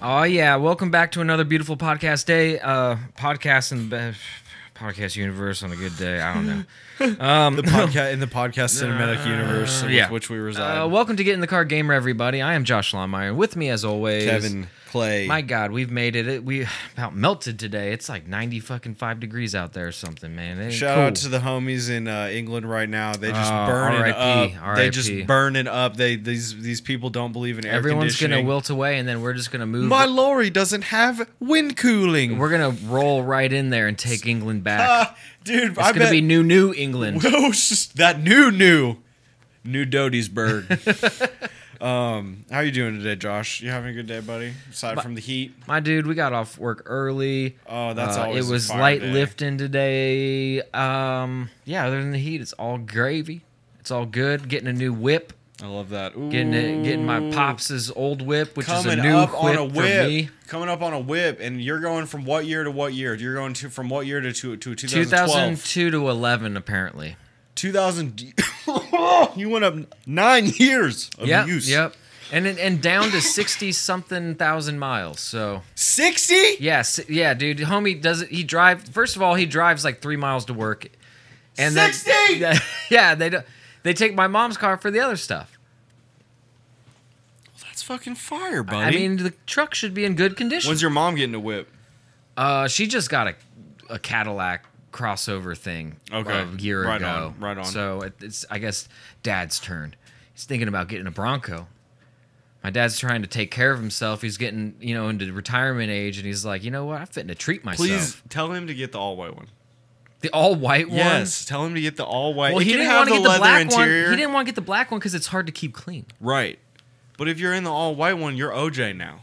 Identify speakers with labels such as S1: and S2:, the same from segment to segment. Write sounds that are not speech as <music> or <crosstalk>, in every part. S1: Oh yeah, welcome back to another beautiful podcast day. Uh, podcast in the be- podcast universe on a good day. I don't
S2: <laughs>
S1: know.
S2: Um, The podcast in the
S3: <laughs>
S2: podcast cinematic universe in
S1: yeah.
S2: which we reside.
S1: Uh, welcome to Get in the Car Gamer, everybody. I am Josh Longmire. With me, as always,
S2: Kevin Clay.
S1: My God, we've made it. it. We about melted today. It's like ninety fucking five degrees out there or something, man. It ain't
S2: Shout
S1: cool.
S2: out to the homies in uh, England right now. They just
S3: Uh,
S1: Oh,
S2: burning
S1: RIP,
S2: up. They
S1: RIP.
S2: just burning up. They these these people don't believe in air
S1: everyone's gonna
S2: conditioning.
S1: wilt away, and then we're just gonna move.
S2: My lorry doesn't have wind cooling.
S1: We're gonna roll right in there and take England back.
S2: Ah, dude,
S1: it's
S2: <laughs> I
S1: gonna
S2: bet
S1: be new New England.
S2: <laughs> Whoa, sh- that new new new <laughs> Dodisburg. um, how you doing today, Josh? You having a good day, buddy? Aside from the heat.
S1: My dude, we got off work early.
S2: Oh, that's
S1: uh,
S2: always
S1: It
S2: a
S1: was
S2: fire
S1: light
S2: day.
S1: lifting today. Um, yeah, other than the heat, it's all gravy. It's all good. Getting a new whip.
S2: I love that. Ooh.
S1: Getting it, getting my pops' old whip, which is a
S2: coming
S1: new
S2: up
S1: whip,
S2: on a
S1: for me.
S2: whip. Coming up on a whip, and you're going from what year to what year? You're going to from what year to to, to 2012.
S1: 2002 to 11, apparently.
S2: 2000. <laughs> you went up nine years of
S1: Yep,
S2: use.
S1: yep. And and- and down to 60 something thousand miles. So
S2: 60.
S1: Yes, yeah, dude. Homie does it. He drives. First of all, he drives like three miles to work, and then-
S2: 60!
S1: <laughs> yeah, yeah, they do, they take my mom's car for the other stuff.
S2: That's fucking fire, buddy.
S1: I mean, the truck should be in good condition.
S2: when's your mom getting a whip?
S1: uh, she just got a a Cadillac crossover thing
S2: Okay,
S1: a year
S2: right
S1: ago.
S2: on, right on.
S1: So it, it's I guess dad's turn. He's thinking about getting a Bronco. My dad's trying to take care of himself. He's getting you know into retirement age, and he's like, you know what? I'm fitting to treat myself.
S2: Please tell him to get the all white one.
S1: the all white one.
S2: Yes, tell him to get the all white.
S1: Well,
S2: It
S1: he
S2: can
S1: didn't
S2: have
S1: want to get the
S2: leather
S1: black
S2: interior.
S1: one. He didn't want to get the black one because it's hard to keep clean.
S2: Right. But if you're in the all white one, you're OJ now.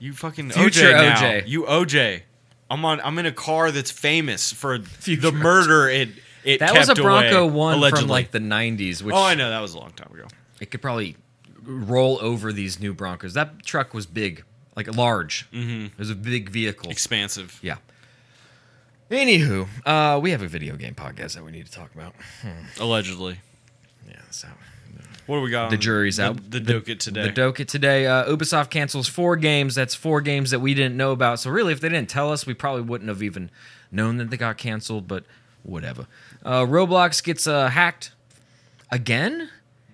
S2: You fucking
S1: Future
S2: OJ, now.
S1: OJ.
S2: You OJ. I'm on. I'm in a car that's famous for
S1: Future
S2: the murder it it
S1: That
S2: kept
S1: was a Bronco
S2: away,
S1: one
S2: allegedly.
S1: from like the '90s, which
S2: oh, I know that was a long time ago.
S1: it could probably roll over these new Broncos. That truck was big, like large. Mm-hmm. It was a big vehicle.
S2: Expansive.
S1: yeah. Anywho, uh, we have a video game podcast that we need to talk about. Hmm.
S2: Allegedly.
S1: Yeah, so
S2: What do we got?
S1: the
S2: on
S1: jury's out.
S2: The, the doke it today.
S1: The Doka today, uh, Ubisoft cancels four games. That's four games that we didn't know about. So really, if they didn't tell us, we probably wouldn't have even known that they got canceled. But whatever. Uh, Roblox gets uh, hacked again.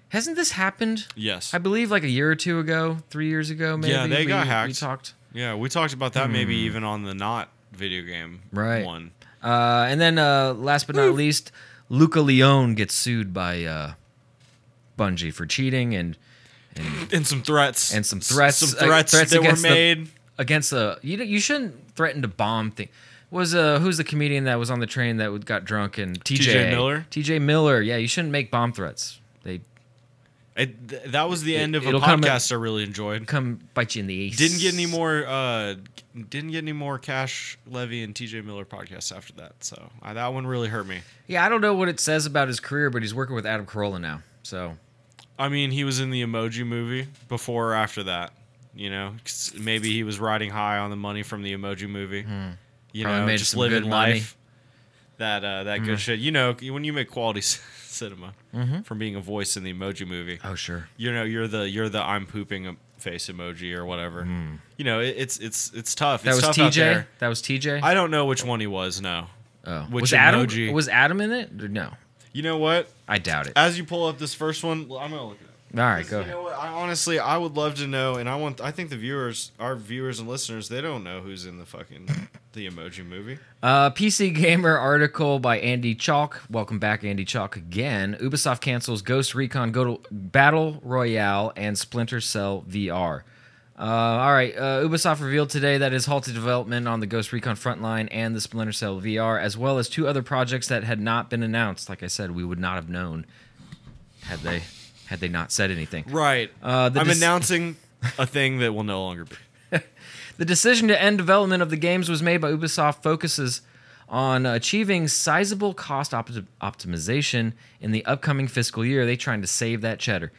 S1: Hasn't this happened?
S2: Yes.
S1: I believe like a year or two ago, three years ago, maybe.
S2: Yeah, they
S1: we,
S2: got hacked.
S1: We talked.
S2: yeah, we talked about that maybe even on the not video game
S1: Hmm. Right.
S2: one.
S1: Uh, and then uh, last but not least, Luca Leone gets sued by uh, Bungie for cheating and
S2: And some threats.
S1: And some
S2: S-
S1: threats,
S2: Some
S1: uh,
S2: threats,
S1: threats
S2: that were
S1: against the-
S2: made.
S1: against the you don't- you shouldn't threaten to bomb thing. Was uh who's the comedian that was on the train that would- got drunk and TJ,
S2: T.J. Miller?
S1: TJ Miller, yeah, you shouldn't make bomb threats. They
S2: It- th- that was the
S1: It-
S2: end of a
S1: it'll come in-
S2: podcast I really enjoyed.
S1: come bite you in the ass.
S2: Didn't get any more. Uh, didn't get any more Cash Levy and T.J. Miller podcasts after that. So uh, that one really hurt me.
S1: Yeah, I don't know what it says about his career, but he's working with Adam Carolla now. So
S2: I mean, he was in the Emoji Movie before or after that. You know, 'Cause maybe he was riding high on the money from the Emoji Movie. You
S1: Probably
S2: know,
S1: made
S2: just
S1: some
S2: living
S1: good money.
S2: life. That uh, that good shit. You know, when you make quality <laughs> c- cinema from being a voice in the Emoji Movie.
S1: oh sure,
S2: you know you're the you're the I'm pooping a face emoji or whatever.
S1: Hmm.
S2: You know it, it's it's it's tough.
S1: that
S2: it's
S1: was
S2: tough out
S1: TJ.
S2: there.
S1: That was TJ.
S2: I don't know which one he was. No,
S1: oh,
S2: which
S1: was Adam?
S2: emoji?
S1: Was Adam in it? No,
S2: you know what?
S1: I doubt it. All
S2: As you pull up this first one, well, I'm gonna look it up.
S1: right, go
S2: you
S1: ahead.
S2: know what? I honestly I would love to know, and I want I think the viewers, our viewers and listeners, they don't know who's in
S1: <laughs>
S2: the fucking the emoji movie.
S1: Uh, PC Gamer article by Andy Chalk. Welcome back, Andy Chalk, again. Ubisoft cancels Ghost Recon Go- Battle Royale and Splinter Cell VR. Uh, all right, uh, Ubisoft revealed today that it has halted development on the Ghost Recon Frontline and the Splinter Cell VR, as well as two other projects that had not been announced. Like I said, we would not have known had they had they not said anything.
S2: Right.
S1: Uh, the
S2: I'm
S1: dis-
S2: announcing a thing that will no longer be.
S1: The decision to end development of the games was made by Ubisoft focuses on achieving sizable cost opti- optimization in the upcoming fiscal year. They trying to save that cheddar.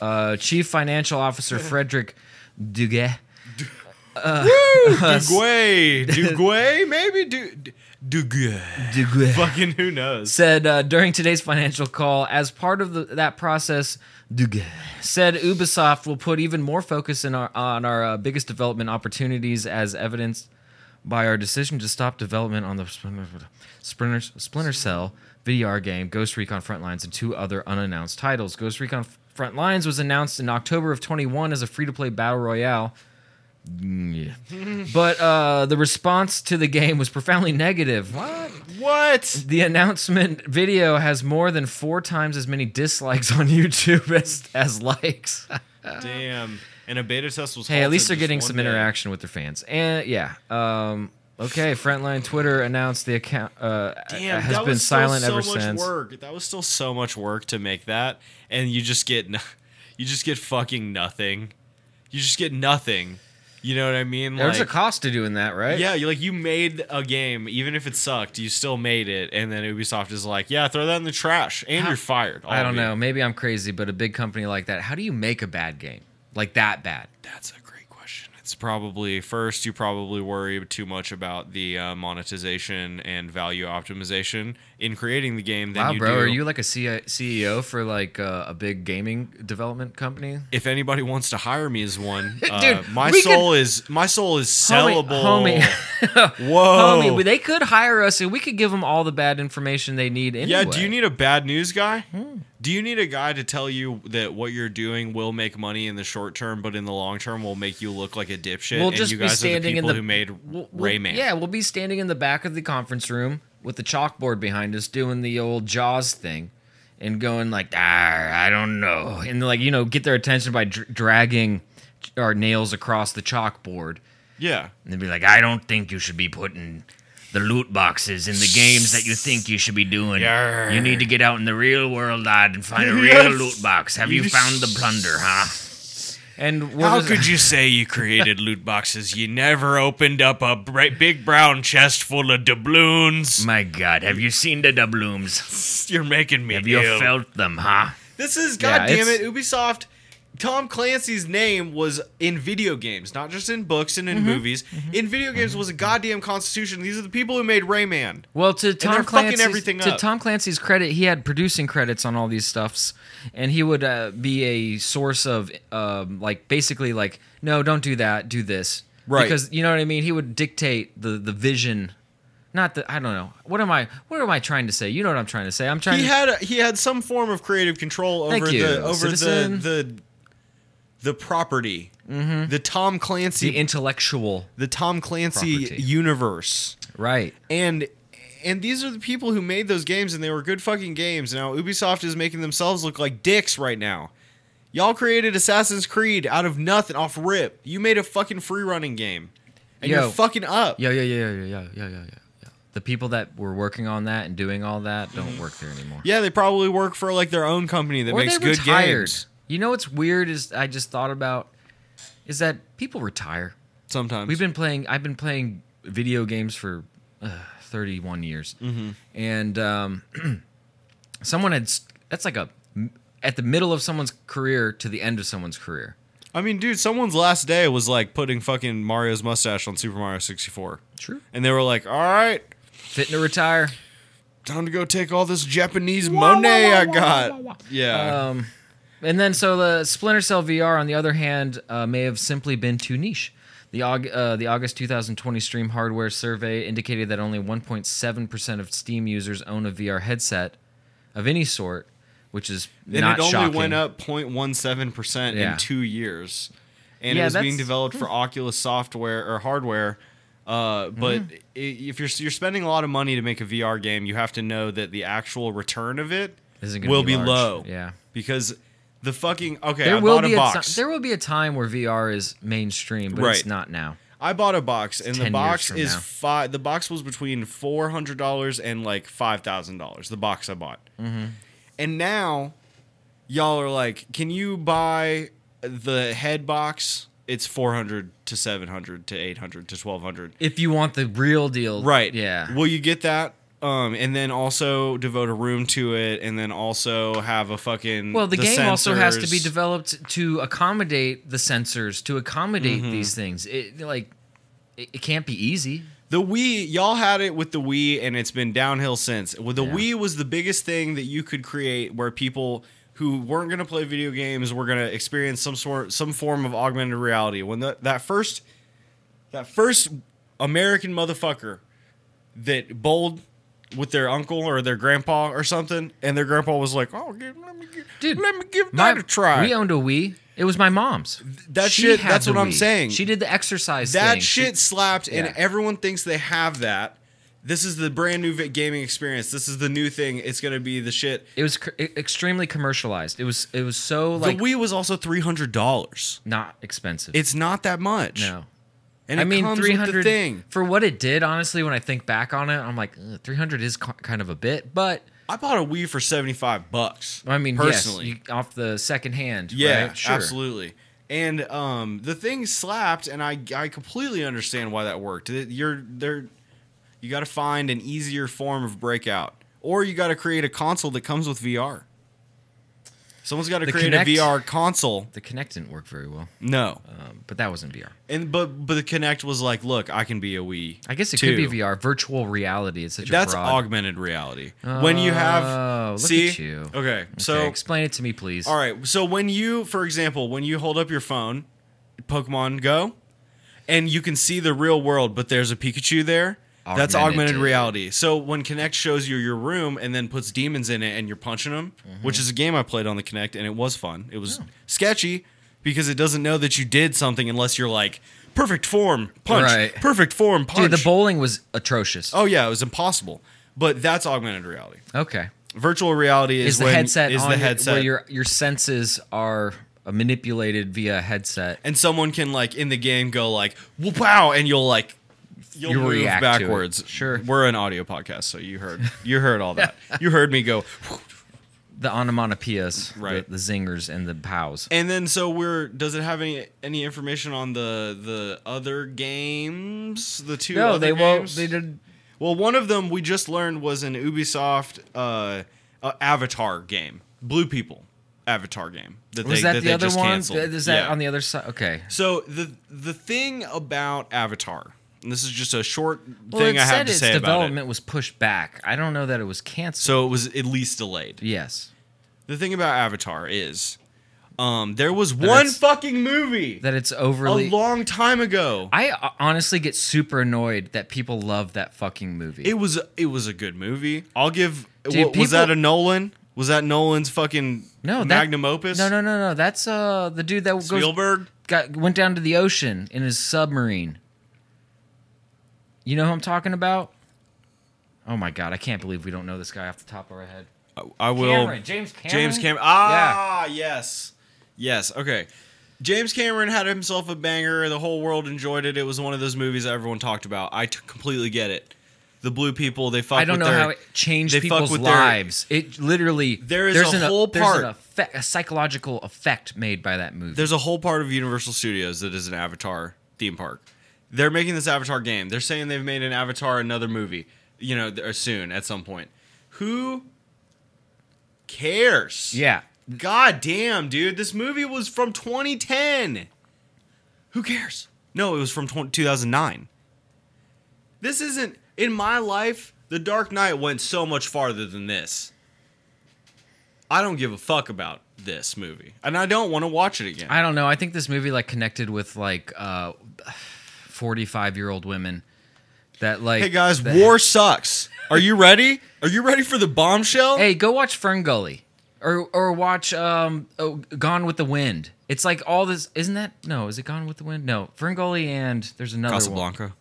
S1: Uh, Chief Financial Officer Frederick Duguay <laughs>
S2: Duguay, <laughs> Duguay, maybe Du Du- Duguay. Fucking who knows?
S1: said uh, during today's financial call, as part of the, that process, Duguay said Ubisoft will put even more focus in our, on our uh, biggest development opportunities, as evidenced by our decision to stop development on the Splinter, Splinter, Splinter Cell VDR game, Ghost Recon Frontlines, and two other unannounced titles. Ghost Recon Frontlines was announced in October of 21 as a free-to-play battle royale. Mm, yeah. but uh, the response to the game was profoundly negative. What?
S2: What?
S1: The announcement video has more than four times as many dislikes on YouTube <laughs> as, as likes.
S2: Damn. And a beta test was.
S1: hey, at
S2: halted
S1: least they're
S2: just
S1: getting
S2: one
S1: some
S2: day.
S1: interaction with their fans. And yeah, um, okay. Frontline Twitter announced the account uh,
S2: Damn,
S1: has
S2: that
S1: been
S2: was still
S1: silent
S2: so
S1: ever
S2: much
S1: since.
S2: Work. That was still so much work to make that, and you just get, no- <laughs> you just get fucking nothing. You just get nothing. You know what I mean?
S1: There's a
S2: Like-
S1: cost to doing that, right?
S2: Yeah, you like you made a game, even if it sucked, you still made it, and then Ubisoft is like, "Yeah, throw that in the trash, and you're fired." all
S1: I don't
S2: of you."
S1: know. Maybe I'm crazy, but a big company like that, how do you make a bad game like that bad?
S2: That's a great question. It's probably first you probably worry too much about the uh, monetization and value optimization in creating the game than
S1: Wow,
S2: you
S1: bro,
S2: do.
S1: are you like a C- CEO for like uh, a big gaming development company?
S2: if anybody wants to hire me as <laughs> one, uh,
S1: Dude,
S2: my
S1: we
S2: soul is my soul is
S1: Homie-
S2: sellable.
S1: Homie.
S2: Whoa.
S1: Homie, but they could hire us and we could give them all the bad information they need anyway.
S2: Yeah, do you need a bad news guy? Do you need a guy to tell you that what you're doing will make money in the short term, but in the long term will make you look like a dipshit?
S1: We'll
S2: and
S1: just
S2: you
S1: be
S2: guys
S1: standing
S2: are the
S1: in the
S2: people who made
S1: we'll- we'll-
S2: Rayman.
S1: Yeah, we'll be standing in the back of the conference room with the chalkboard behind us doing the old Jaws thing and going like, ah, I don't know. And like, you know, get their attention by dr- dragging our nails across the chalkboard.
S2: yeah.
S1: And they'd be like, I don't think you should be putting the loot boxes in the games that you think you should be doing.
S2: Yarr.
S1: You need to get out in the real world, lad, and <laughs> find a real
S2: Yes.
S1: loot box. Have you
S2: You
S1: found the plunder, huh? And what
S2: How
S1: was-
S2: could you say <laughs> you created loot boxes? You never opened up a bri- big brown chest full of doubloons.
S1: My God, have you seen the doubloons?
S2: <laughs> You're making me
S1: Have you
S2: ill.
S1: felt them, huh?
S2: This is
S1: Yeah,
S2: goddamn
S1: it's-
S2: it, Ubisoft. Tom Clancy's name was in video games, not just in books and in
S1: Mm-hmm.
S2: movies. In video games was a goddamn constitution. These are the people who made Rayman.
S1: Well, to Tom
S2: they're fucking
S1: Clancy's
S2: everything
S1: to
S2: up.
S1: Tom Clancy's credit, he had producing credits on all these stuffs, and he would uh, be a source of um, like basically like no, don't do that, do this,
S2: Right.
S1: Because you know what I mean. He would dictate the the vision, not the I don't know. What am I? What am I trying to say? You know what I'm trying to say. I'm trying.
S2: He
S1: to,
S2: had a, he had some form of creative control
S1: Thank
S2: over
S1: you,
S2: the over
S1: citizen. Mm-hmm.
S2: the the the property, the Tom Clancy
S1: the intellectual
S2: the Tom Clancy
S1: Property.
S2: universe.
S1: right.
S2: and and these are the people who made those games and they were good fucking games now ubisoft is making themselves look like dicks right now y'all created assassin's creed out of nothing off rip you made a fucking free running game and
S1: Yo.
S2: you're fucking up
S1: Yeah, yeah, yeah, yeah, yeah, yeah, yeah, yeah. yeah. The people that were working on that and doing all that don't work there anymore.
S2: yeah they probably work for like their own company that
S1: or
S2: makes
S1: they
S2: good
S1: retired.
S2: games
S1: You know what's weird is I just thought about is that people retire.
S2: sometimes
S1: We've been playing. I've been playing video games for uh, 31 years, and um, <clears throat> someone had s- that's like a at the middle of someone's career to the end of someone's career.
S2: i mean dude someone's last day was like putting fucking mario's mustache on super mario 64
S1: True.
S2: and they were like all right
S1: Fitting to retire.
S2: time to go take all this japanese money i got yeah
S1: Um, and then so the Splinter Cell VR, on the other hand, uh, may have simply been too niche. The, Aug- uh, the August 2020 Stream Hardware survey indicated that only 1.7% of Steam users own a VR headset of any sort, which is
S2: and
S1: not
S2: it only
S1: shocking.
S2: went up 0.17%
S1: Yeah.
S2: in two years and
S1: Yeah,
S2: it was being
S1: that's-
S2: developed for oculus software or hardware uh, but
S1: Mm-hmm.
S2: i if you're, you're spending a lot of money to make a vr game you have to know that the actual return of it
S1: Isn't gonna
S2: will
S1: be
S2: be,
S1: large.
S2: low
S1: Yeah.
S2: because the fucking okay
S1: There
S2: i
S1: will
S2: bought
S1: be
S2: a
S1: a
S2: box
S1: ti- there will be a time where VR is mainstream, but it's
S2: Right.
S1: not now.
S2: i bought a box and
S1: 10 years
S2: the box
S1: from
S2: is
S1: now.
S2: five the box was between
S1: Mm-hmm.
S2: $400 and like $5000 the box i bought and now y'all are like, can you buy the head box? It's 400 to 700 to 800 to 1200.
S1: If you want the real deal,
S2: Right.
S1: Yeah.
S2: Will you get that? Um, and then also devote a room to it, and then also have a fucking.
S1: Well, the, game also has to be
S2: sensors.
S1: developed to accommodate the sensors, to accommodate
S2: Mm-hmm.
S1: these things. It like it, it can't be easy.
S2: The Wii, y'all had it with the Wii, and it's been downhill since. Well, the
S1: Yeah.
S2: Wii was the biggest thing that you could create, where people who weren't going to play video games were going to experience some sort, some form of augmented reality. When the, that first, that first American motherfucker that bowled with their uncle or their grandpa or something, and their grandpa was like, "Oh, give- let me, give,
S1: Dude,
S2: let me give
S1: My-
S2: that a try."
S1: We owned a Wii. It was my mom's.
S2: that
S1: She
S2: shit-
S1: had
S2: that's
S1: the
S2: what I'm
S1: Wii.
S2: saying.
S1: She did the exercise.
S2: That
S1: thing. She-
S2: shit slapped,
S1: Yeah.
S2: and everyone thinks they have that. This is the brand new vi- gaming experience. This is the new thing. It's gonna be the shit.
S1: it was cr- e, extremely commercialized. It was. It was so like
S2: the Wii was also three hundred dollars.
S1: not expensive.
S2: It's not that much.
S1: no.
S2: and
S1: I mean,
S2: with
S1: three
S2: the
S1: hundred
S2: thing.
S1: for what it did. Honestly, when I think back on it, I'm like, three hundred is ki- kind of a bit, but
S2: I bought a Wii for seventy five bucks.
S1: I mean,
S2: personally,
S1: yes, you- off the second hand.
S2: yeah,
S1: right? Sure.
S2: absolutely. And um, the thing slapped, and I I completely understand why that worked. It- You're there, you got to find an easier form of breakout, or you got to create a console that comes with VR. Someone's got to
S1: The
S2: create
S1: Kinect-
S2: a VR console.
S1: The Kinect didn't work very well,
S2: No,
S1: um, but that wasn't VR.
S2: and but but the Connect was like, look, I can be a Wii.
S1: I guess it
S2: too.
S1: could be VR. Virtual reality is such a
S2: That's
S1: broad.
S2: augmented reality. when you
S1: Oh, look
S2: have see,
S1: at you.
S2: okay, so
S1: okay, explain it to me, please.
S2: all right, so when you, for example, when you hold up your phone, Pokemon Go, and you can see the real world, but there's a Pikachu there. That's augmented
S1: Augmented.
S2: reality. So when Connect shows you your room and then puts demons in it and you're punching them,
S1: Mm-hmm.
S2: which is a game I played on the Connect and it was fun. It was sketchy because it doesn't know that you did something unless you're like perfect form punch,
S1: Right.
S2: perfect form punch.
S1: Dude, the bowling was atrocious.
S2: oh yeah, it was impossible. But that's augmented reality.
S1: Okay.
S2: Virtual reality is,
S1: Is, the
S2: when-
S1: headset
S2: is
S1: on
S2: the
S1: your-
S2: headset
S1: where your your senses are uh, manipulated via headset?
S2: and someone can like in the game go like wow and you'll like you'll
S1: You
S2: move
S1: react to it.
S2: backwards
S1: Sure.
S2: we're an audio podcast so you heard you heard all
S1: <laughs>
S2: that you heard me go
S1: The onomatopoeias,
S2: Right.
S1: The, the zingers and the pows.
S2: and then so we're does it have any any information on the the other games the two
S1: no,
S2: other
S1: they won't.
S2: games?
S1: They did.
S2: well one of them we just learned was an ubisoft uh, uh avatar game blue people avatar game that
S1: Was
S2: they,
S1: that,
S2: that
S1: the
S2: they
S1: other
S2: just
S1: one?
S2: canceled.
S1: Is that
S2: Yeah.
S1: on the other side? Okay.
S2: So the the thing about Avatar, and this is just a short
S1: Well,
S2: thing
S1: it
S2: I
S1: said
S2: have to
S1: its
S2: say about it.
S1: development was pushed back. I don't know that it was canceled.
S2: So it was at least delayed.
S1: yes,
S2: The thing about Avatar is, um, there was
S1: That
S2: one
S1: it's-
S2: fucking movie
S1: that it's
S2: a
S1: overly.
S2: long time ago.
S1: I uh, honestly get super annoyed that people love that fucking movie.
S2: it was it was a good movie. I'll give.
S1: Dude,
S2: wa- was that
S1: people-
S2: a Nolan? Was that Nolan's fucking
S1: no, that-
S2: magnum opus?
S1: No, no, no, no. That's uh the dude that goes
S2: Spielberg.
S1: got went down to the ocean in his submarine. You know who I'm talking about? Oh my god, I can't believe we don't know this guy off the top of our head.
S2: I will.
S1: Cameron, James Cameron.
S2: James Cameron. Ah, yes, yes. Okay, James Cameron had himself a banger. The whole world enjoyed it. It was one of those movies that everyone talked about. I t- completely get it. The blue people, they fuck.
S1: I don't
S2: with
S1: know
S2: their-
S1: how it changed
S2: they fuck
S1: people's
S2: with their-
S1: lives. it literally
S2: There is
S1: there's
S2: a
S1: an,
S2: whole
S1: there's an
S2: part-
S1: effect, a psychological effect made by that movie.
S2: There's a whole part of Universal Studios that is an Avatar theme park. They're making this Avatar game. They're saying they've made an Avatar another movie. You know, th- or soon at some point. Who cares?
S1: yeah,
S2: God damn, dude. This movie was from 2010. Who cares? No, it was from 20- 2009. This isn't, in my life, The Dark Knight went so much farther than this. I don't give a fuck about this movie. And I don't want to watch it again.
S1: I don't know. I think this movie like connected with like uh 45 year old women that like
S2: hey, guys,
S1: that-
S2: war sucks. Are you ready? Are you ready for the bombshell?
S1: Hey, go watch Fern Gully or or watch um oh, Gone with the Wind. It's like all this isn't that No, is it Gone with the Wind? No. Fern Gully and there's another one.
S2: Casablanca.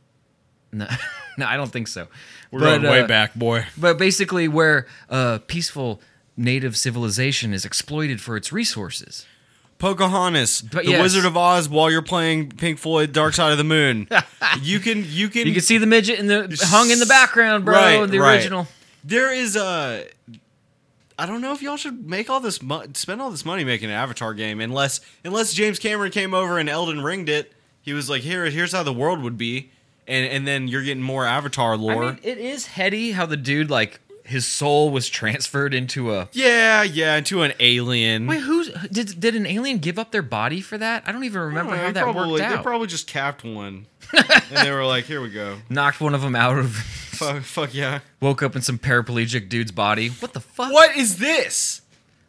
S1: No, <laughs> no, I don't think so.
S2: We're
S1: But,
S2: going way
S1: uh,
S2: back, boy.
S1: But basically where uh peaceful native civilization is exploited for its resources.
S2: Pocahontas,
S1: But
S2: The
S1: yes.
S2: Wizard of Oz. While you're playing Pink Floyd, Dark Side of
S1: <laughs>
S2: the Moon, you can you can
S1: You can see the midget in the hung in the background, bro,
S2: Right,
S1: in the
S2: right.
S1: original.
S2: There is a. I I don't know if y'all should make all this mo- spend all this money making an Avatar game unless unless James Cameron came over and Elden ringed it. He was like, here here's how the world would be, and and then you're getting more Avatar
S1: I
S2: lore.
S1: mean, it is heady how the dude like his soul was transferred into a.
S2: yeah, yeah, into an alien.
S1: Wait, who's did did an alien give up their body for that? I don't even remember
S2: They
S1: how that
S2: probably,
S1: worked
S2: They
S1: out.
S2: probably just
S1: <laughs>
S2: capped one, and they were like, here we go.
S1: Knocked one of them out of. <laughs>
S2: Fuck, fuck yeah.
S1: woke up in some paraplegic dude's body. What the fuck?
S2: What is this?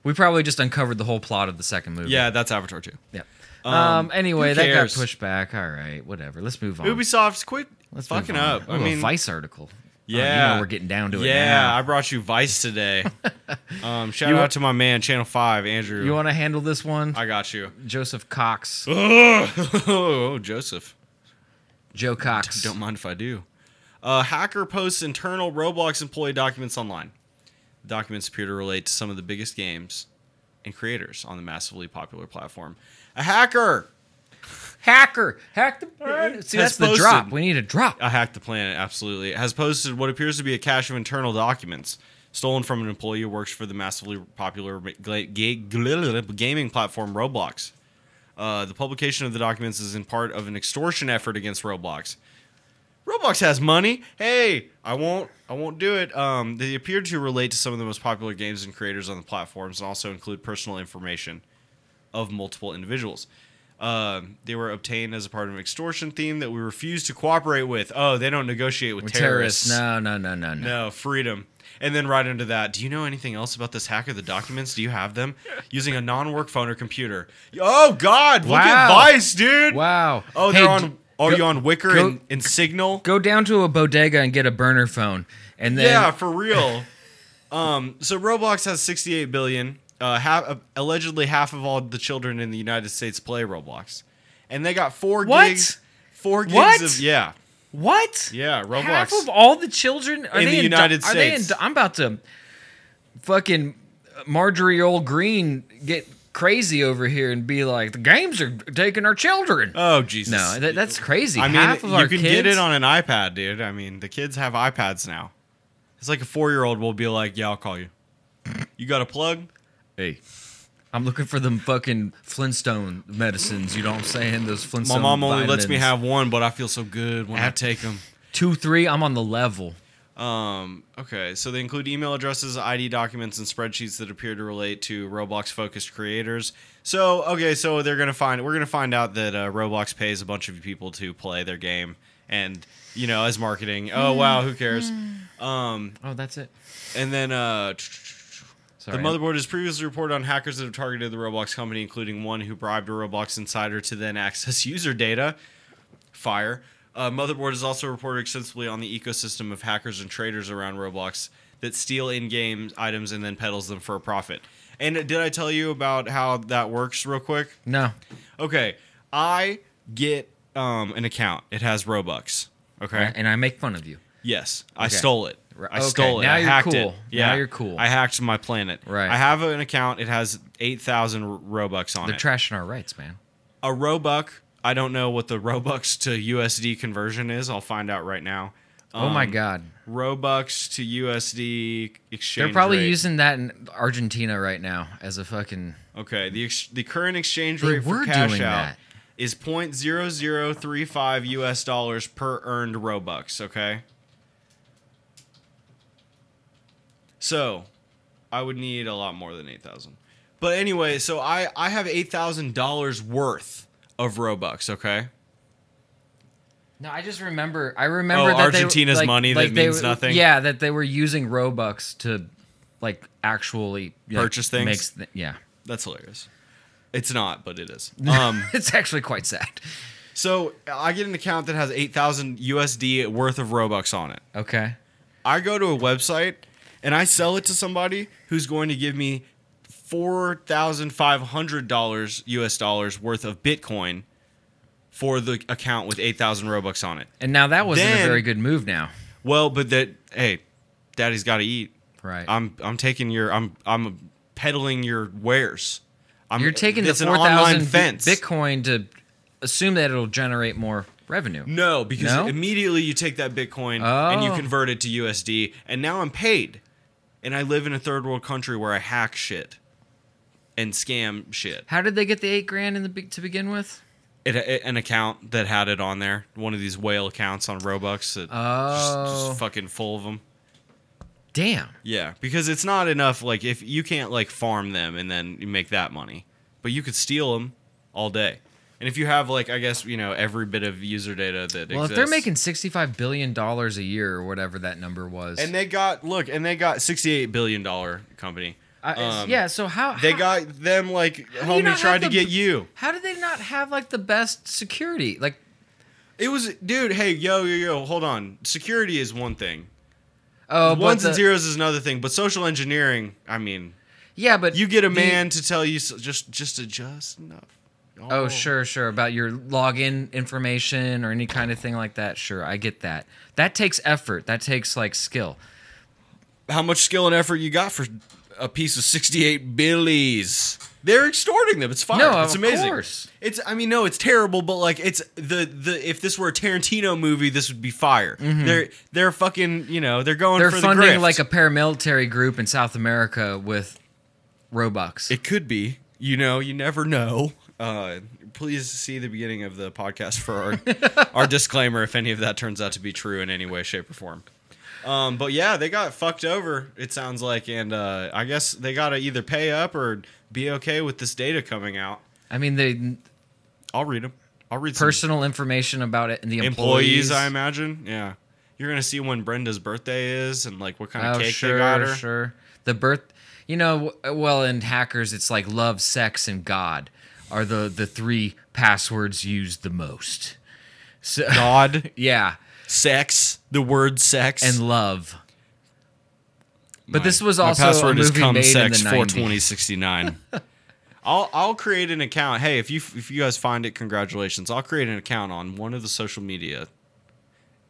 S1: We probably just uncovered the whole plot of the second movie.
S2: Yeah, that's Avatar too.
S1: Yeah. Um. anyway,
S2: who
S1: that got
S2: cares?
S1: pushed back. All right. Whatever. Let's move on.
S2: Ubisoft, quit
S1: Let's move
S2: fucking
S1: on.
S2: up.
S1: Ooh,
S2: I mean,
S1: a Vice article. Oh, you
S2: Yeah.
S1: know we're getting down to it.
S2: yeah,
S1: now.
S2: I brought you
S1: <laughs>
S2: Vice today. um, shout
S1: You wa-
S2: out to my man Channel Five, Andrew.
S1: You want to handle this one?
S2: I
S1: <laughs>
S2: got you.
S1: Joseph Cox.
S2: oh, Joseph.
S1: Joe Cox.
S2: Don't mind if I do. Uh, hacker posts internal Roblox employee documents online. The documents appear to relate to some of the biggest games and creators on the massively popular platform. A hacker.
S1: Hacker. Hack the planet. See, that's
S2: Has
S1: the drop.
S2: posted. Uh,
S1: We need a drop.
S2: I hacked the planet, absolutely. Has posted what appears to be a cache of internal documents stolen from an employee who works for the massively popular gla- ga- gla- gaming platform Roblox. Uh, the publication of the documents is in part of an extortion effort against Roblox. Roblox has money. Hey, I won't. I won't do it. Um, they appear to relate to some of the most popular games and creators on the platforms, and also include personal information of multiple individuals. Um, they were obtained as a part of an extortion theme that we refuse to cooperate with. Oh, they don't negotiate with,
S1: We're
S2: terrorists.
S1: terrorists. No, no, no, no, no.
S2: No, freedom. And then right under that, do you know anything else about this hack of the documents? Do you have them? Using a non work phone or computer. Oh, God. Look at
S1: Wow.
S2: Vice, dude.
S1: Wow.
S2: Oh,
S1: Hey,
S2: they're
S1: d-
S2: on. Are
S1: go-
S2: you on Wicker
S1: go-
S2: and, and Signal?
S1: Go down to a bodega and get a burner phone, and then
S2: yeah, for real. <laughs> um, so Roblox has 68 billion. Uh, half, uh, allegedly, half of all the children in the United States play Roblox, and they got four
S1: What?
S2: gigs. Four gigs
S1: What?
S2: of yeah,
S1: what?
S2: yeah. Roblox.
S1: Half of all the children are
S2: In
S1: they
S2: the United
S1: Are they in,
S2: States.
S1: I'm about to fucking Marjorie Old Green get crazy over here and be like, the games are taking our children.
S2: oh Jesus.
S1: no, that, that's crazy.
S2: I mean,
S1: Half of
S2: you
S1: our
S2: can
S1: kids,
S2: get it on an iPad, dude. I mean, the kids have iPads now. It's like a four-year-old will be like, "Yeah, I'll call you. You got
S1: <laughs>
S2: a plug?
S1: Hey, I'm looking for them fucking Flintstone medicines. You know what I'm saying? Those
S2: My
S1: Flintstone.
S2: mom only lets me
S1: vitamins.
S2: have one, but I feel so good when I
S1: App-
S2: take them."
S1: two, three. I'm on the level.
S2: Um, okay, so they include email addresses, ID documents, and spreadsheets that appear to relate to Roblox-focused creators. So, okay, so they're gonna find we're gonna find out that uh, Roblox pays a bunch of people to play their game, and you know, as marketing. Oh wow, who cares? Um,
S1: Oh, that's it.
S2: and then uh,
S1: Sorry.
S2: the motherboard has previously reported on hackers that have targeted the Roblox company, including one who bribed a Roblox insider to then access <laughs> user data. Fire. Uh, motherboard has also reported extensively on the ecosystem of hackers and traders around Roblox that steal in-game items and then peddles them for a profit. And did I tell you about how that works, real quick?
S1: no.
S2: Okay, I get um, an account. It has Robux. Okay.
S1: And I make fun of you.
S2: Yes, I
S1: Okay.
S2: stole it.
S1: Right,
S2: I
S1: okay,
S2: stole it.
S1: now
S2: I
S1: you're
S2: hacked
S1: cool.
S2: it.
S1: Now
S2: Yeah,
S1: you're cool.
S2: I hacked my planet.
S1: Right.
S2: I have an account. It has eight thousand Robux on
S1: They're
S2: it.
S1: trashing our rights, man.
S2: a Robux. I don't know what the Robux to USD conversion is. I'll find out right now.
S1: oh my
S2: Um,
S1: god.
S2: Robux to USD exchange.
S1: They're probably
S2: rate.
S1: using that in Argentina right now as a fucking.
S2: Okay. The ex- the current exchange
S1: They
S2: rate
S1: were
S2: for cash
S1: doing
S2: out
S1: that.
S2: is point zero zero three five US dollars per earned Robux, okay? So, I would need a lot more than 8000. But anyway, so I I have $8,000 worth of Robux, okay?
S1: No, I just remember. I remember
S2: Oh,
S1: that they were-
S2: Argentina's
S1: like-
S2: money that
S1: like they
S2: means
S1: were-
S2: nothing?
S1: Yeah, that they were using Robux to, like, actually like,
S2: Purchase things?
S1: makes th- yeah,
S2: That's hilarious. It's not, but
S1: <laughs>
S2: it is. Um
S1: it's actually quite sad.
S2: so I get an account that has 8,000 USD worth of Robux on it.
S1: Okay.
S2: I go to a website and I sell it to somebody who's going to give me four thousand five hundred dollars US dollars worth of Bitcoin for the account with eight thousand Robux on it.
S1: And now that wasn't a
S2: Then-
S1: very good move. Now,
S2: Well, but that hey, daddy's gotta eat.
S1: right?
S2: I'm I'm taking your I'm I'm peddling your wares. I'm,
S1: You're taking the
S2: it's an
S1: four
S2: online
S1: thousand Bitcoin to assume that it'll generate more revenue.
S2: No, because
S1: No?
S2: immediately you take that Bitcoin and you
S1: Oh.
S2: convert it to USD, and now I'm paid. and I live in a third world country where I hack shit and scam shit.
S1: How did they get the eight grand in the be- to begin with?
S2: It, it- an account that had it on there, one of these whale accounts on Robux that just,
S1: Oh.
S2: just fucking full of them.
S1: Damn.
S2: Yeah, because it's not enough. Like if you can't like farm them and then you make that money, but you could steal them all day. And if you have like I guess you know every bit of user data that
S1: Well,
S2: exists.
S1: if they're making sixty-five billion dollars a year or whatever that number was,
S2: and they got look and they got sixty eight billion dollar company.
S1: I- it's-
S2: um,
S1: yeah, so how
S2: They
S1: how-
S2: got them like
S1: do you
S2: homie
S1: not
S2: tried to
S1: have the-
S2: get you.
S1: How did they not have like the best security? Like,
S2: It was dude. Hey yo yo yo. Hold on. Security is one thing.
S1: oh, but
S2: Ones and
S1: the-
S2: zeros is another thing. But social engineering. I mean,
S1: Yeah, but
S2: you get a
S1: the-
S2: man to tell you so, just just adjust enough.
S1: Oh, sure, sure. About your login information or any kind of thing like that. Sure, I get that. That takes effort. That takes like skill.
S2: how much skill and effort you got for a piece of 68 billies. They're extorting them. It's fine.
S1: No,
S2: it's
S1: of
S2: amazing.
S1: course.
S2: It's I mean no, it's terrible, but like it's the the if this were a Tarantino movie, this would be fire. They're they're fucking, you know, they're going
S1: Mm-hmm. They're
S2: for
S1: funding
S2: the grift.
S1: like a paramilitary group in South America with Robux.
S2: It could be. You know, you never know. Uh, please see the beginning of the podcast for
S1: <laughs>
S2: our, our disclaimer if any of that turns out to be true in any way, shape, or form. Um, but yeah, they got fucked over, it sounds like. And uh, I guess they got to either pay up or be okay with this data coming out.
S1: I mean, the
S2: I'll read them. I'll read some
S1: personal information about it and the employees.
S2: employees, I imagine. Yeah. You're going to see when Brenda's birthday is and like what kind of
S1: oh,
S2: cake
S1: sure,
S2: they got her.
S1: sure. The birth, you know, w- well, in hackers, it's like love, sex, and God are the the three passwords used the most. So
S2: God,
S1: yeah,
S2: sex, the word sex.
S1: and love. But
S2: My-
S1: this was
S2: my
S1: also a
S2: password is
S1: movie
S2: cum
S1: made
S2: sex
S1: in the
S2: 420
S1: 90s. <laughs>
S2: 69. I'll I'll create an account. Hey, if you if you guys find it, congratulations. I'll create an account on one of the social media,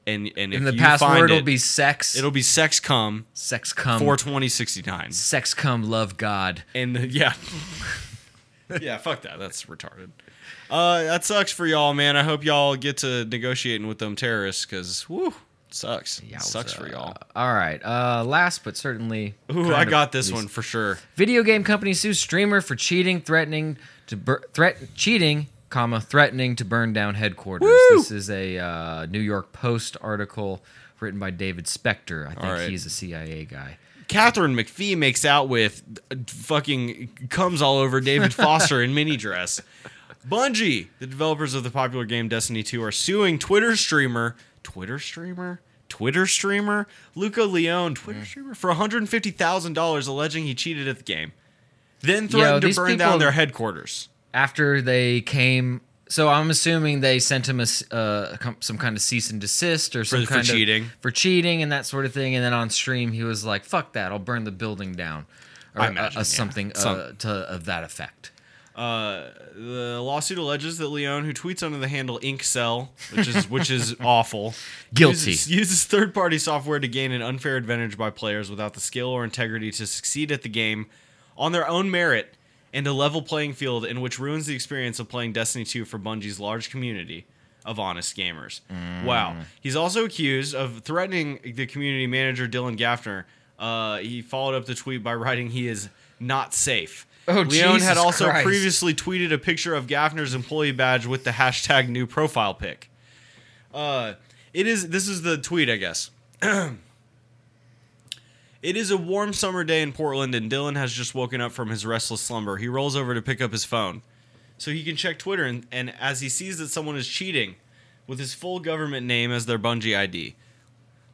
S2: and and if
S1: And the
S2: you
S1: password
S2: find
S1: will
S2: it,
S1: be sex,
S2: it'll be sex cum
S1: sex cum,
S2: 420 69.
S1: sex cum, love God.
S2: And the- yeah, <laughs> yeah, fuck that. That's retarded. Uh, that sucks for y'all, man. I hope y'all get to negotiating with them terrorists because woo, sucks. Sucks for
S1: Yowza.
S2: y'all.
S1: All right. Uh, last but certainly.
S2: Ooh,
S1: kind
S2: I
S1: of
S2: got this
S1: least-
S2: one for sure.
S1: Video game company sues streamer for cheating, threatening to bur- threat cheating, comma threatening to burn down headquarters. This is a uh, New York Post article written by David Spector. I think
S2: right.
S1: he's a CIA guy.
S2: Catherine McPhee makes out with uh, fucking comes all over David Foster in mini dress. Bungie, the developers of the popular game Destiny 2, are suing Twitter streamer, Twitter streamer, Twitter streamer, Luca Leone,
S1: Hmm.
S2: Twitter streamer, for $150,000 alleging he cheated at the game. Then threatened
S1: these
S2: to burn
S1: people-
S2: down their headquarters.
S1: after they came. So I'm assuming they sent him a, s- uh, com- some kind of cease and desist or some
S2: for
S1: kind of
S2: cheating.
S1: for cheating and that sort of thing. And then on stream he was like, "Fuck that! I'll burn the building down," or
S2: I
S1: uh,
S2: imagine,
S1: uh,
S2: yeah.
S1: something uh,
S2: Some-
S1: to of that effect.
S2: Uh, the lawsuit alleges that Leone, who tweets under the handle Inkcell, which is which is awful,
S1: Guilty.
S2: uses, uses third-party software to gain an unfair advantage by players without the skill or integrity to succeed at the game on their own merit and a level playing field, in which ruins the experience of playing Destiny 2 for Bungie's large community of honest gamers. Wow. He's also accused of threatening the community manager Dylan Gaffner. Uh, he followed up the tweet by writing, "He is not safe."
S1: Oh,
S2: Leone
S1: Jesus
S2: had also
S1: Christ.
S2: previously previously tweeted a picture of Gaffner's employee badge with the hashtag new profile pic. Uh, it is this is the tweet, I guess. <clears throat> it is a warm summer day in Portland, and Dylan has just woken up from his restless slumber. He rolls over to pick up his phone so he can check Twitter, and, and as he sees that someone is cheating with his full government name as their Bungie ID.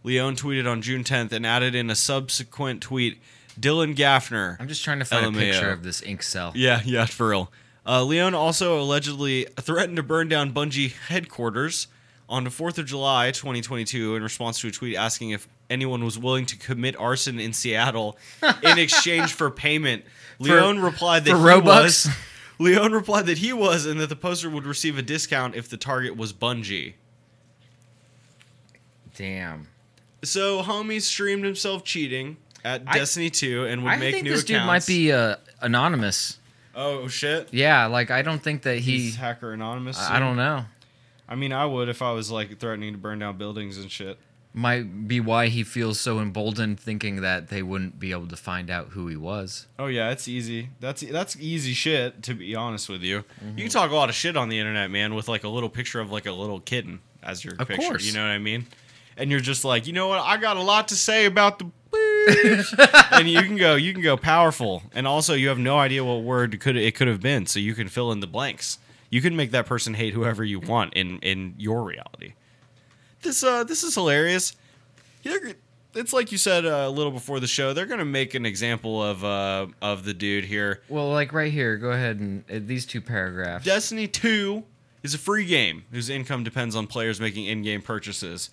S2: Leone tweeted on June 10th and added in a subsequent tweet, Dylan Gaffner.
S1: I'm just trying to find a
S2: LMAO.
S1: picture of this ink cell.
S2: Yeah, yeah, for real. Uh, Leon also allegedly threatened to burn down Bungie headquarters on the 4th of July 2022 in response to a tweet asking if anyone was willing to commit arson in Seattle
S1: <laughs>
S2: in exchange for payment. Leon replied that
S1: for
S2: he
S1: Robux?
S2: was. Leon replied that he was and that the poster would receive a discount if the target was Bungie.
S1: Damn.
S2: So, homie streamed himself cheating at
S1: I-
S2: Destiny 2 and would
S1: I
S2: make
S1: think
S2: new
S1: this dude might
S2: accounts.
S1: be uh, anonymous.
S2: Oh shit.
S1: Yeah, like I don't think that he.
S2: He's hacker anonymous.
S1: I I
S2: soon.
S1: don't know.
S2: I mean, I would if I was like threatening to burn down buildings and shit.
S1: might be why he feels so emboldened thinking that they wouldn't be able to find out who he was.
S2: Oh yeah, it's easy. That's that's easy shit. To be honest with you,
S1: Mm-hmm.
S2: you can talk a lot of shit on the internet, man, with like a little picture of like a little kitten as your
S1: Of
S2: picture.
S1: course.
S2: You know what I mean? And you're just like, you know what? I got a lot to say about the.
S1: <laughs>
S2: boobs." and you can go, you can go powerful, and also you have no idea what word could it could have been, so you can fill in the blanks. You can make that person hate whoever you want in in your reality. This uh, this is hilarious. They're- it's like you said uh, a little before the show. They're gonna make an example of uh, of the dude here.
S1: Well, like right here, go ahead and uh, these two paragraphs.
S2: Destiny Two is a free game whose income depends on players making in-game purchases.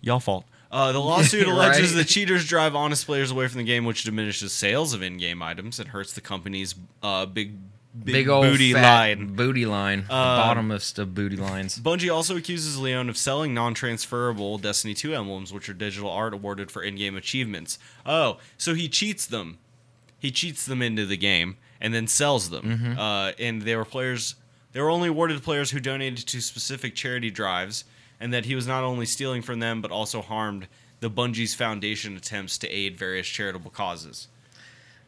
S2: Y'all fault.
S1: <laughs>
S2: Uh, the lawsuit alleges
S1: Right.
S2: that cheaters drive honest players away from the game, which diminishes sales of in-game items and hurts the company's uh, big, big
S1: big old
S2: booty
S1: fat
S2: line. Um,
S1: booty line, the bottomest of booty lines.
S2: Bungie also accuses Leon of selling non-transferable Destiny 2 emblems, which are digital art awarded for in-game achievements. Oh, so he cheats them. He cheats them into the game and then sells them.
S1: Mm-hmm.
S2: Uh, and they were players. They were only awarded to players who donated to specific charity drives, and that he was not only stealing from them but also harmed the Bungie's foundation attempts to aid various charitable causes.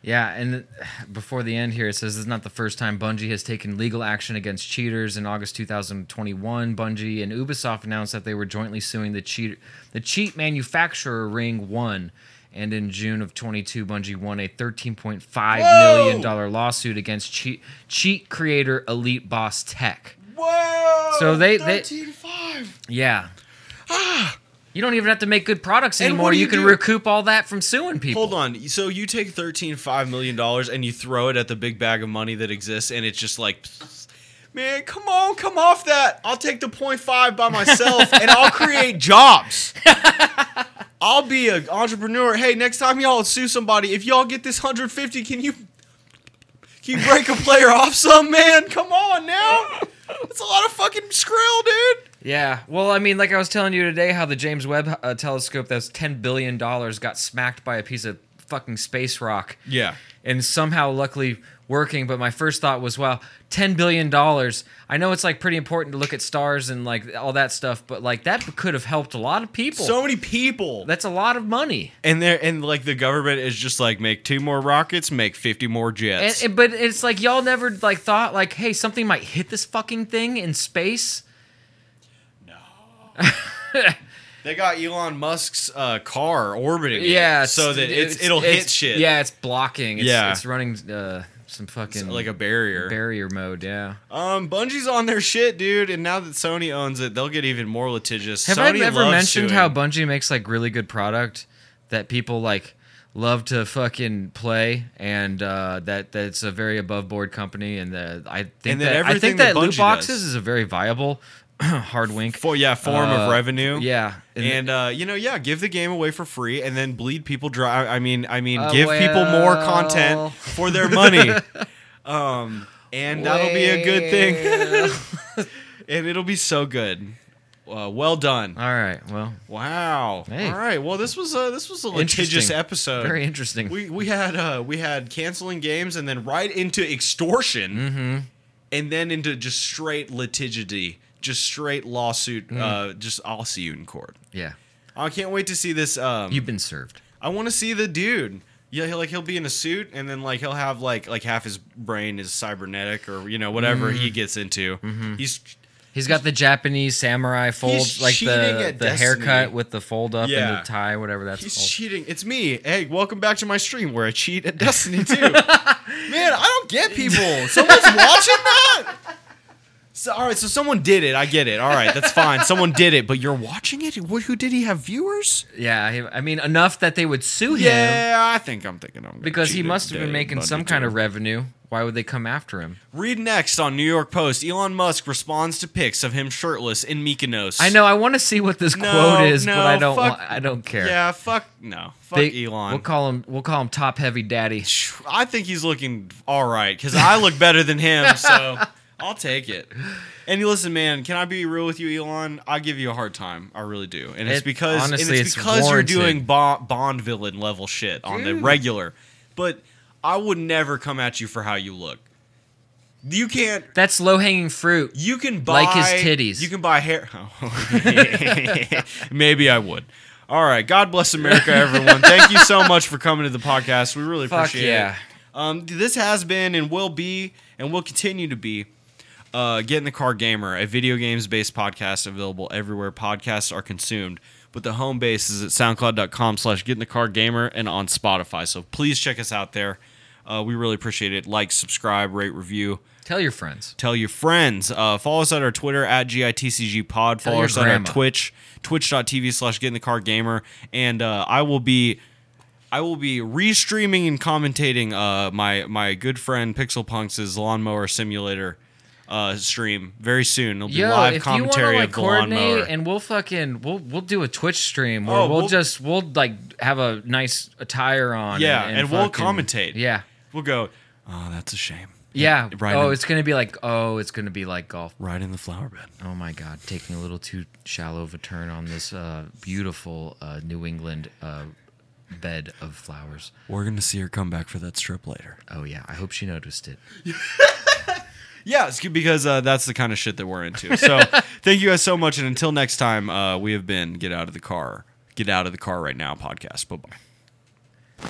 S1: Yeah, and <sighs> before the end here, it says this is not the first time Bungie has taken legal action against cheaters. In August 2021, Bungie and Ubisoft announced that they were jointly suing the cheat the cheat manufacturer Ring One. And in June of 22, Bungie won a 13.5 million dollar lawsuit against cheat cheat creator Elite Boss Tech.
S2: Whoa!
S1: So they- they-
S2: five.
S1: Yeah. You don't even have to make good products
S2: And
S1: anymore.
S2: what do
S1: You,
S2: you
S1: can
S2: do-
S1: recoup all that from suing people.
S2: Hold on. So you take thirteen five million dollars and you throw it at the big bag of money that exists, and it's just like, psst, man, come on, come off that. I'll take the point five by myself, and I'll create jobs. I'll be an entrepreneur. Hey, next time y'all sue somebody, if y'all get this hundred fifty, can you can you break a player off some man? Come on now. That's a lot of fucking skrill, dude.
S1: Yeah. Well, I mean, like I was telling you today, how the James Webb uh, telescope that's $10 billion got smacked by a piece of fucking space rock.
S2: Yeah.
S1: And somehow, luckily, working. But my first thought was, wow, $10 billion. I know it's like pretty important to look at stars and like all that stuff, but like that could have helped a lot of people.
S2: So many people.
S1: That's a lot of money.
S2: And there and like the government is just like make two more rockets, make fifty more
S1: And,
S2: jets.
S1: and- but it's like y'all never like thought like, hey, something might hit this fucking thing in space.
S2: they got Elon Musk's uh, car orbiting. it
S1: Yeah.
S2: so that it's, it'll hit
S1: it's-
S2: shit.
S1: Yeah, it's blocking. It's,
S2: Yeah.
S1: It's running uh, some fucking
S2: It's like a barrier.
S1: barrier mode. Yeah.
S2: um, Bungie's on their shit, dude. And now that Sony owns it, they'll get even more litigious.
S1: Have
S2: Sony
S1: I ever
S2: loves
S1: mentioned
S2: suing.
S1: how Bungie makes like really good product that people like love to fucking play and uh, that that's a very above board company and the, I think
S2: And that
S1: that, I
S2: everything
S1: think
S2: that
S1: that loot
S2: Bungie
S1: boxes
S2: does-
S1: is a very viable <clears throat> hard wink
S2: for yeah form of
S1: Uh,
S2: revenue?
S1: Yeah.
S2: And uh, you know, yeah, give the game away for free, and then bleed people dry. I mean, I mean,
S1: Uh,
S2: give people more
S1: well.
S2: content for
S1: <laughs>
S2: their money. um, and that'll be a good thing. <laughs> and it'll be so good. Uh, well done.
S1: all right. Well,
S2: Wow.
S1: Hey.
S2: All right. Well, this was a this was a litigious
S1: Interesting.
S2: episode.
S1: very interesting.
S2: We we had uh we had canceling games and then right into extortion,
S1: Mm-hmm.
S2: and then into just straight litigity, just straight lawsuit.
S1: Mm.
S2: Uh, just I'll see you in court.
S1: yeah.
S2: I can't wait to see this. Um,
S1: You've been served.
S2: I want to see the dude. Yeah, he'll, like he'll be in a suit, and then like he'll have like like half his brain is cybernetic or you know whatever
S1: Mm-hmm.
S2: he gets into. He's
S1: He's got the Japanese samurai fold,
S2: He's
S1: like
S2: cheating
S1: the,
S2: at
S1: the
S2: Destiny.
S1: haircut with the fold up
S2: Yeah.
S1: and the tie, whatever that's
S2: he's
S1: called.
S2: cheating. It's me. Hey, welcome back to my stream where I cheat at Destiny
S1: <laughs>
S2: too. Man, I don't get people. Someone's watching that. So, all right, so someone did it. I get it. All right, that's fine. Someone did it, but you're watching it. What, who did he have viewers?
S1: yeah, he- I mean enough that they would sue him.
S2: Yeah, I think I'm thinking I'm
S1: Because he must have been making some kind of revenue. Why would they come after him?
S2: Read next on New York Post. Elon Musk responds to pics of him shirtless in Mykonos.
S1: I know. I want to see what this
S2: No,
S1: quote is,
S2: no,
S1: but I don't.
S2: fuck-
S1: Want, I don't care.
S2: Yeah, fuck no, fuck
S1: They-
S2: Elon.
S1: We'll call him. We'll call him top heavy daddy.
S2: I think he's looking all right because I look better than
S1: <laughs>
S2: him, so I'll take it. And you listen, man, can I be real with you, Elon? I give you a hard time. I really do, and it's
S1: It-
S2: because and
S1: honestly,
S2: it's,
S1: it's
S2: because
S1: warranted.
S2: you're doing Bo- Bond villain level shit on the regular. But I would never come at you for how you look. You can't.
S1: That's low hanging fruit.
S2: You can buy
S1: Like his titties.
S2: You can buy hair. <laughs> Oh. <laughs> Maybe I would. All right. God bless America, everyone. Thank you so much for coming to the podcast. We really
S1: Fuck
S2: appreciate
S1: yeah.
S2: it. Um, this has been and will be and will continue to be uh, Get in the Car Gamer, a video games based podcast available everywhere podcasts are consumed. But the home base is at soundcloud.com slash get in the car gamer and on Spotify. So please check us out there. Uh, we really appreciate it. Like, subscribe, rate, review
S1: Tell your friends.
S2: tell your friends. Uh, follow us on our Twitter at GITCG Pod. Follow
S1: your
S2: us on our
S1: grandma.
S2: Twitch, twitch.tv slash get in the car gamer. And uh, I will be I will be restreaming and commentating uh, my my good friend Pixel Punks' lawnmower simulator uh, stream very soon. It'll be
S1: Yo,
S2: live
S1: if you want to
S2: commentary
S1: like
S2: of the lawnmower.
S1: coordinate, and we'll fucking we'll we'll do a Twitch stream, or
S2: Oh,
S1: we'll,
S2: we'll-
S1: just we'll like have a nice attire on.
S2: Yeah,
S1: and,
S2: and we'll
S1: fucking-
S2: commentate.
S1: Yeah,
S2: we'll go. Oh, that's a shame.
S1: yeah.
S2: Right
S1: oh,
S2: in-
S1: it's gonna be like oh, it's gonna be like golf.
S2: Right in the flower bed.
S1: Oh my God, taking a little too shallow of a turn on this uh, beautiful uh, New England uh, bed of flowers.
S2: We're gonna see her come back for that strip later.
S1: Oh yeah, I hope she noticed it.
S2: Yeah, it's good because uh, that's the kind of shit that we're into. So thank you guys so much, and until next time, uh, we have been get out of the car, get out of the car right now podcast. Bye bye.